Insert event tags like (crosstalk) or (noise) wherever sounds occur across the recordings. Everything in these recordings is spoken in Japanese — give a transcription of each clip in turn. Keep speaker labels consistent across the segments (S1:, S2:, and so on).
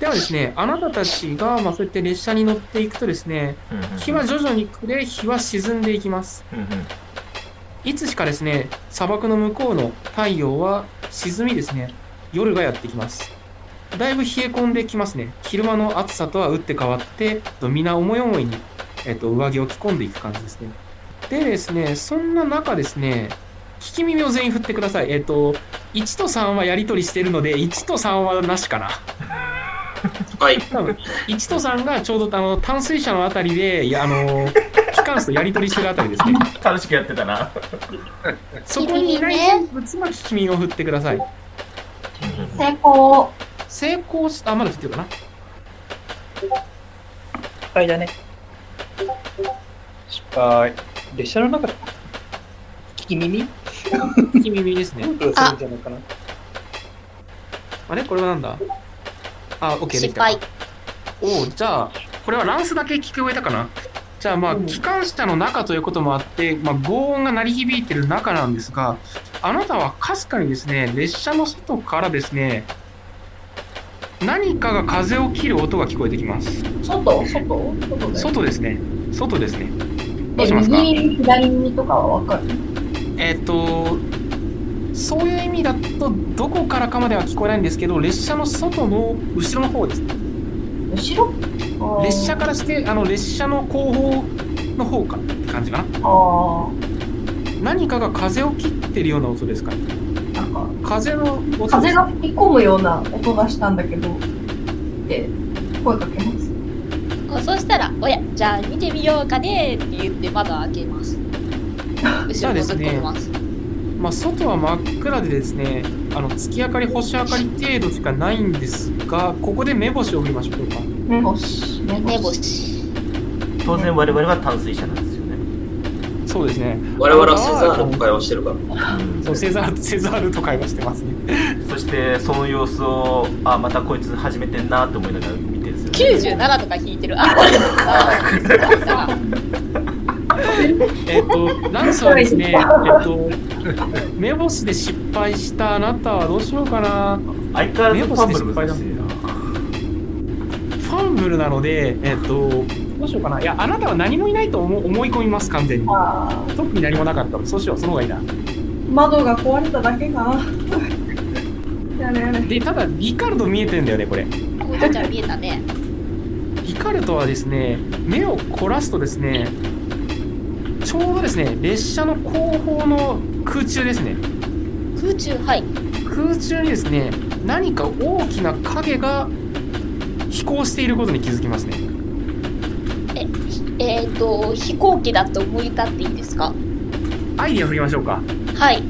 S1: ではですね、あなたたちが、まあ、そうやって列車に乗っていくとですね、日は徐々に暮れ、日は沈んでいきます。
S2: うんうん
S1: いつしかですね、砂漠の向こうの太陽は沈みですね、夜がやってきます。だいぶ冷え込んできますね。昼間の暑さとは打って変わって、えっとみんな思い思いに、えっと、上着を着込んでいく感じですね。でですね、そんな中ですね、聞き耳を全員振ってください。えっと、1と3はやり取りしてるので、1と3はなしかな。
S3: はい。
S1: 多分1と3がちょうどあの淡水車のあたりで、いやあの、機関士とやり取りしてるあたりですね。
S2: 楽しくやってたな。
S1: そこにいない人物は聞き耳を振ってください。
S4: 成功。
S1: 成功し、あ、まだ振ってるかな。
S5: 失敗だね。失敗。列車の中で聞き耳
S1: 聞き耳ですね
S5: う。んとするんじゃないかな。
S1: あれこれはなんだあ、OK でき
S4: 失
S1: た
S4: 敗。。
S1: おうじゃあ、これはランスだけ聞こえたかなじゃあまあ、
S5: うん
S1: 機関車の中ということもあって、まあ、轟音が鳴り響いてる中なんですが、あなたはかすかにですね、列車の外からですね、何かが風を切る音が聞こえてきます。
S4: 外外外だよ。
S1: 外ですね。外ですね。どう
S4: え
S1: しますか
S4: 右、左耳とかはわかる。
S1: えっ、と、そういう意味だと、どこからかまでは聞こえないんですけど、列車の外の後ろの方ですね。
S4: 後ろ
S1: 列車からして、あの、列車の後方の方かって感じかな。
S4: あー
S1: 何かが風を切ってるような音ですかね。
S4: なんか、
S1: 風の音です
S4: 風が吹き込むような音がしたんだけど、って声かけます。
S6: あそうしたら、おや、じゃあ見てみようかねって言って窓開けます。後ろに突っ込みます。
S1: まあ、外は真っ暗でですね、あの、月明かり、星明かり程度しかないんですが、ここで目星を見ましょうか。
S4: 目星。目
S6: 目。星。
S2: 当然我々は淡水車なんですよね。
S1: そうですね。
S3: 我々はセザールの会話をしてるから。
S2: うん
S1: そう、セザール、セザールと会話してますね。
S2: そしてその様子をあまたこいつ始めてんなと思いながら見てるんですよ、ね。
S6: 97とか引いてる。あ、これあ
S1: えっと、ラ (laughs) ンスはですね、えっと、目星で失敗したあなたはどうしようかな。
S2: 相変わらずファンブル難しいな。
S1: ファンブルなので、えっと、どうしようかな。いや、あなたは何もいないと思思い込みます、完全に。
S4: あ
S1: 特に何もなかったの。そうしよう、その方がいいな。
S4: ー窓が壊れただけか (laughs) な。やれやれ。
S1: で、ただ、リカルド見えてんだよね、これ。
S6: お母ちゃん見えたね。
S1: リカルドはですね、目を凝らすとですね、ちょうどですね、列車の後方の空中ですね。
S6: 空中、はい。
S1: 空中にですね、何か大きな影が飛行していることに気づきますね。
S6: えっ、ー、と、飛行機だと思い立っていいですか
S1: アイディア振りましょうか。
S6: はい。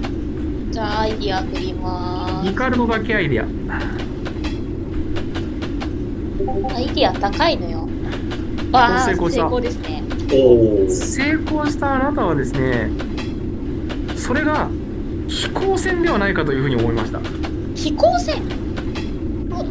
S6: じゃあ、アイディア振りま
S1: リカルドだけアイディア。
S6: す。アイディア高いのよ。わあ、
S1: 成
S6: 成
S1: 功した
S6: 功ですね。
S3: おー
S1: 成功したあなたはですねそれが飛行船ではないかというふうに思いました
S6: 飛行船お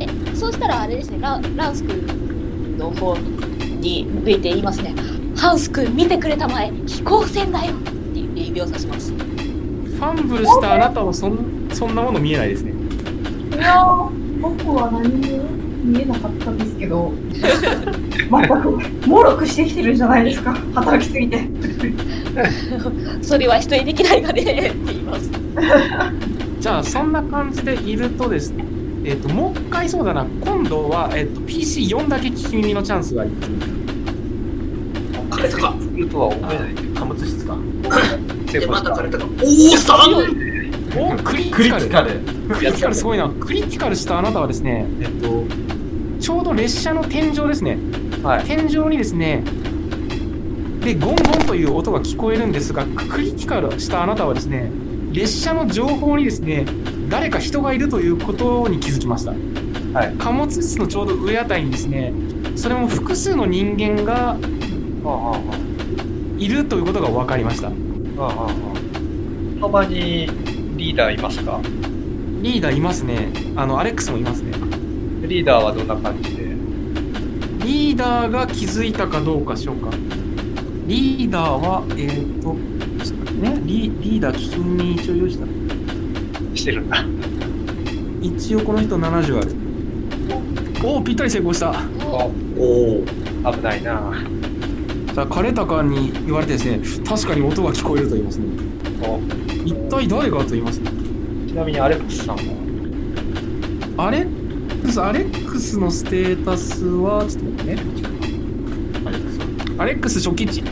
S6: えそうしたらあれですねランランス君の方に向いて言いますねハンス君見てくれたまえ飛行船だよって言って指をさします
S1: ファンブルしたあなたはそんそんなもの見えないですね
S4: いやー僕は何も見えなかったんですけど (laughs) 全くもろくしてきてるじゃないですか働きすぎて
S6: それは人にできないがねって言います
S1: じゃあそんな感じでいるとですねえっ、ともう一回そうだな今度は、えっと PC4 だけ聞き耳のチャンスがあります
S3: 枯れたか。
S5: いるとは思えない。
S2: 貨物室か。
S5: 成
S3: で、
S5: 功
S3: ま
S5: した
S3: た枯れたか。おー、三
S1: おクリ
S2: ク
S1: テ
S2: リ
S1: ィカル
S2: ティカル。
S1: クリティカルすごいなクリティカルしたあなたはですねえっ、とちょうど列車の天井ですね
S5: はい。
S1: 天井にですねでゴンゴンという音が聞こえるんですがクリティカルしたあなたはですね列車の情報にですね誰か人がいるということに気づきました、
S5: はい
S1: 貨物室のちょうど上あたりにですねそれも複数の人間が
S5: ああ、ああ、
S1: いるということが分かりました
S5: ああ、ああ。その場にリーダーいますか
S1: リーダーいますねあのアレックスもいますね
S5: リーダーはどんな感じで
S1: リーダーが気づいたかどうかしようか。リーダーは、えー、っと、ちょっと待ってね、リリーダー基金に一応用意した。
S5: してるんだ。
S1: 一応この人70ある。おおぴったり成功した
S6: お
S3: おお
S5: あ危ないな
S1: さあ金高に言われてですね確かに音が聞こえると言いますね
S5: お
S1: 一体誰がと言いますね
S5: ちなみにアレックスさんは
S1: アレックスアレックスのステータスはちょっと待ってね
S2: アレックスは
S1: アレックス初期値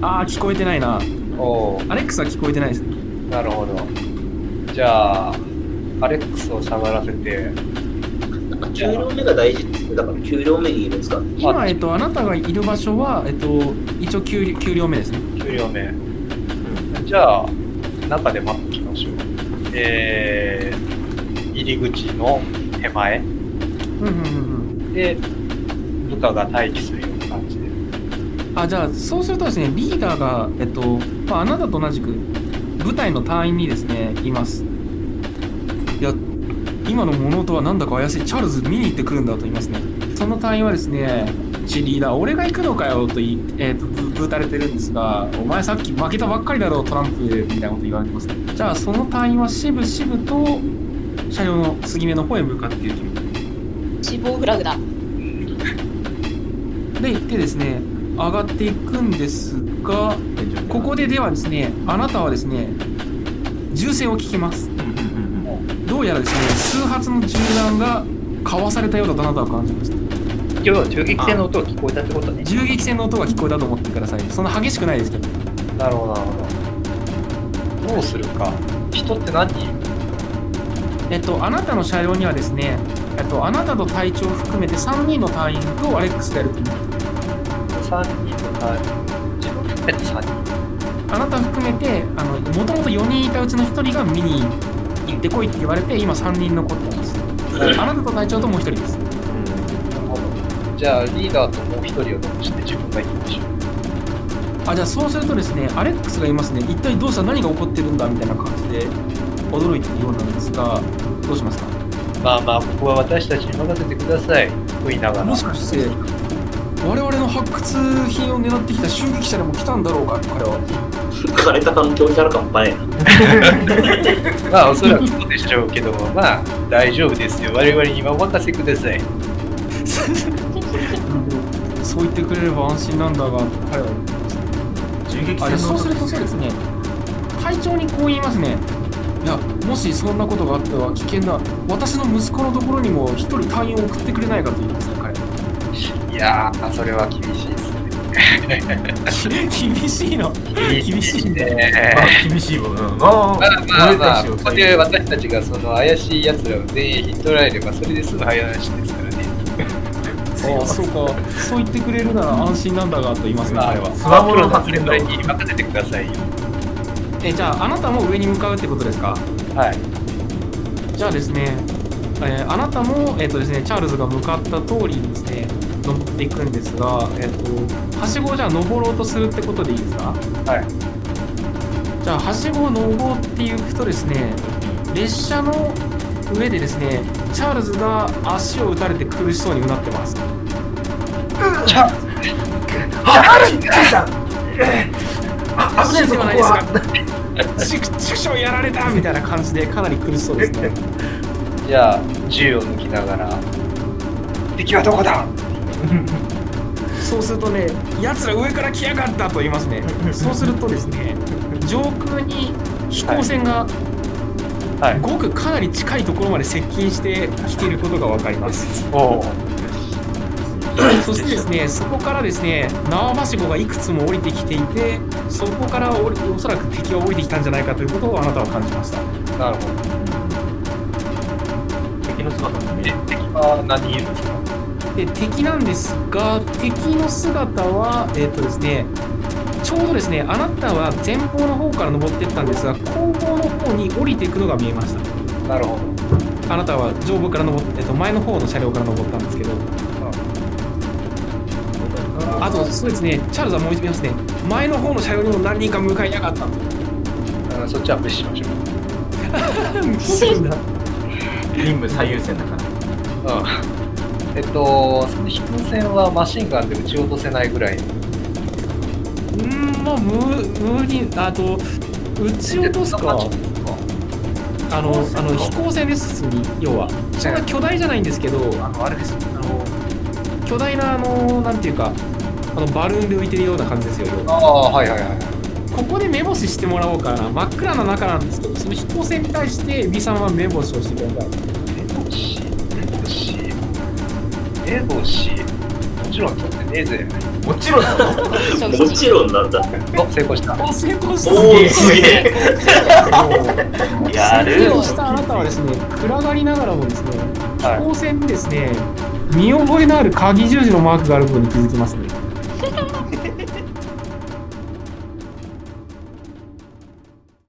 S1: ああ聞こえてないな
S5: おー
S1: アレックスは聞こえてないです
S5: なるほどじゃあアレックスを下がらせて
S3: なんか9両目が大事って言ってたから9両目にいるんですか
S1: 今、えっと、あなたがいる場所は、えっと、一応 9, 9両目ですね
S5: 給料名じゃあ中で待ってきましょうえー、入り口の手前
S1: うんうんうん
S5: で部下が待機するような感じで
S1: うんあじゃあそうするとですねリーダーが、えっとまあ、あなたと同じく部隊の隊員にですねいますいや今の物音はなんだか怪しいチャールズ見に行ってくるんだと言いますねその隊員はですねチリーダー俺が行くのかよと言い、えっとぶぶたれてるんですがお前さっき負けたばっかりだろうトランプみたいなこと言われてますねじゃあその隊員はしぶしぶと車両の継ぎ目の方へ向かっていきます
S6: 死亡フラグ
S1: で
S6: だ。
S1: 行ってですね上がっていくんですが
S2: 天井に
S1: ここでではですねあなたはですね銃声を聞きます
S2: うんうんうん
S1: どうやらですね数発の銃弾がかわされたようだとあなたは感じました
S5: 今日銃撃戦の音が聞こえたってことね
S1: 銃撃戦の音が聞こえたと思ってくださいそんな激しくないですけど
S5: なるほどなるほどどうするか人って何人いる
S1: えっとあなたの車両にはですねえっとあなたと隊長を含めて3人の隊員とアレックスがいると思う
S5: ?3 人とか自分含めて3人
S1: あなた含めてあのもともと4人いたうちの1人が見に行ってこいって言われて今3人残ってますあなたと隊長ともう1人です
S5: なるほどじゃあリーダーともう1人を残して自分がいいんでしょう
S1: あじゃあそうするとですねアレックスがいますね一体どうした何が起こってるんだみたいな感じで驚いてるようなんですがどうしますか
S5: まあまあここは私たちに任せてくださいと言いながら
S1: もしかして我々の発掘品を狙ってきた襲撃者でも来たんだろうか彼は
S3: 枯れた環境になるかもばね
S5: まあおそらくそうでしょうけどもまあ大丈夫ですよ我々にお任せください
S1: そう言ってくれれば安心なんだが彼は
S2: 銃撃
S1: あ
S2: 戦の
S1: そう
S2: 音
S1: するとそうですね隊長にこう言いますねいやもしそんなことがあっては危険だ私の息子のところにも一人隊員を送ってくれないかと言いますね彼
S5: いやーそれは厳しいですね
S1: (laughs) 厳しいの厳しいね
S5: ね
S2: あ厳しいわうんあ
S5: まあまあまあ、
S2: 俺
S5: こ
S2: たちを
S5: こで私たちがその怪しい奴らを全員引っ取られれば、それですぐ話ですからね。
S1: ああそうかそう言ってくれるなら安心なんだがと言いますね
S5: まあ
S1: 彼は
S2: スワモロの発言
S5: そ
S2: だ
S5: れに任せてくださいよ。
S1: えじゃああなたも上に向かうってことですか
S5: はい。
S1: じゃあですね、えーあなたも、えっとですね、チャールズが向かった通りにですね登っていくんですが、えっとはしごをじゃあ登ろうとするってことでいいですか
S5: はい
S1: じゃあはしごを登っていくとですね列車の上でですねチャールズが足を打たれて苦しそうにうなってます
S5: チャー
S1: あ危ないではないですか畜生やられたみたいな感じでかなり苦しそうですね
S5: じゃあ、銃を抜きながら、敵はどこだ
S1: そうするとね、やつら上から来やがったと言いますね。そうするとですね、上空に飛行船が
S5: はい。
S1: ごくかなり近いところまで接近してきていることがわかります。
S5: おう
S1: そしてですね、そこからですね、縄ばしごがいくつも降りてきていて、そこからおりおそらく敵は降りてきたんじゃないかということをあなたは感じました。
S5: なるほど。
S2: 敵の姿が見え
S5: え
S2: る
S5: 敵は何人いるんですか
S1: で敵なんですが敵の姿はえっ、とですねちょうどですねあなたは前方の方から登っていったんですが後方の方に降りていくのが見えました
S5: なるほど。
S1: あなたは上部から登って、えっと、前の方の車両から登ったんですけどあとそうですねチャールズはもう一度見ますね前の方の車両にも何人か向かいやがったと
S5: あそっちは無視しましょう。
S2: 任務最優先だから
S5: うん。えっと、その飛行船はマシンガンで撃ち落とせないぐらい。
S1: うんまあ無無理あと撃ち落とすか
S5: そんな感じですか
S1: あのあの飛行船ですに要はそんな巨大じゃないんですけどあのあれですあの巨大なあのなんていうかあのバルーンで浮いてるような感じですよ要は
S5: ああ、はいはいはい。
S1: ここで目星してもらおうかな真っ暗な中なんですけどその飛行船に対して B さんは目星をしてください
S5: 目星、目星、目星、もちろん取ってねえぜ。
S2: もちろんだろ
S3: もちろんなんだ。
S5: お、成功した。
S1: お成功した
S3: おー、す
S1: (laughs)
S3: げえ。
S2: や
S1: 成
S2: る
S1: 功したあなたはですね暗がりながらもですね
S5: はい
S1: 飛行船にですね見覚えのある鍵十字のマークがあることに気づきますね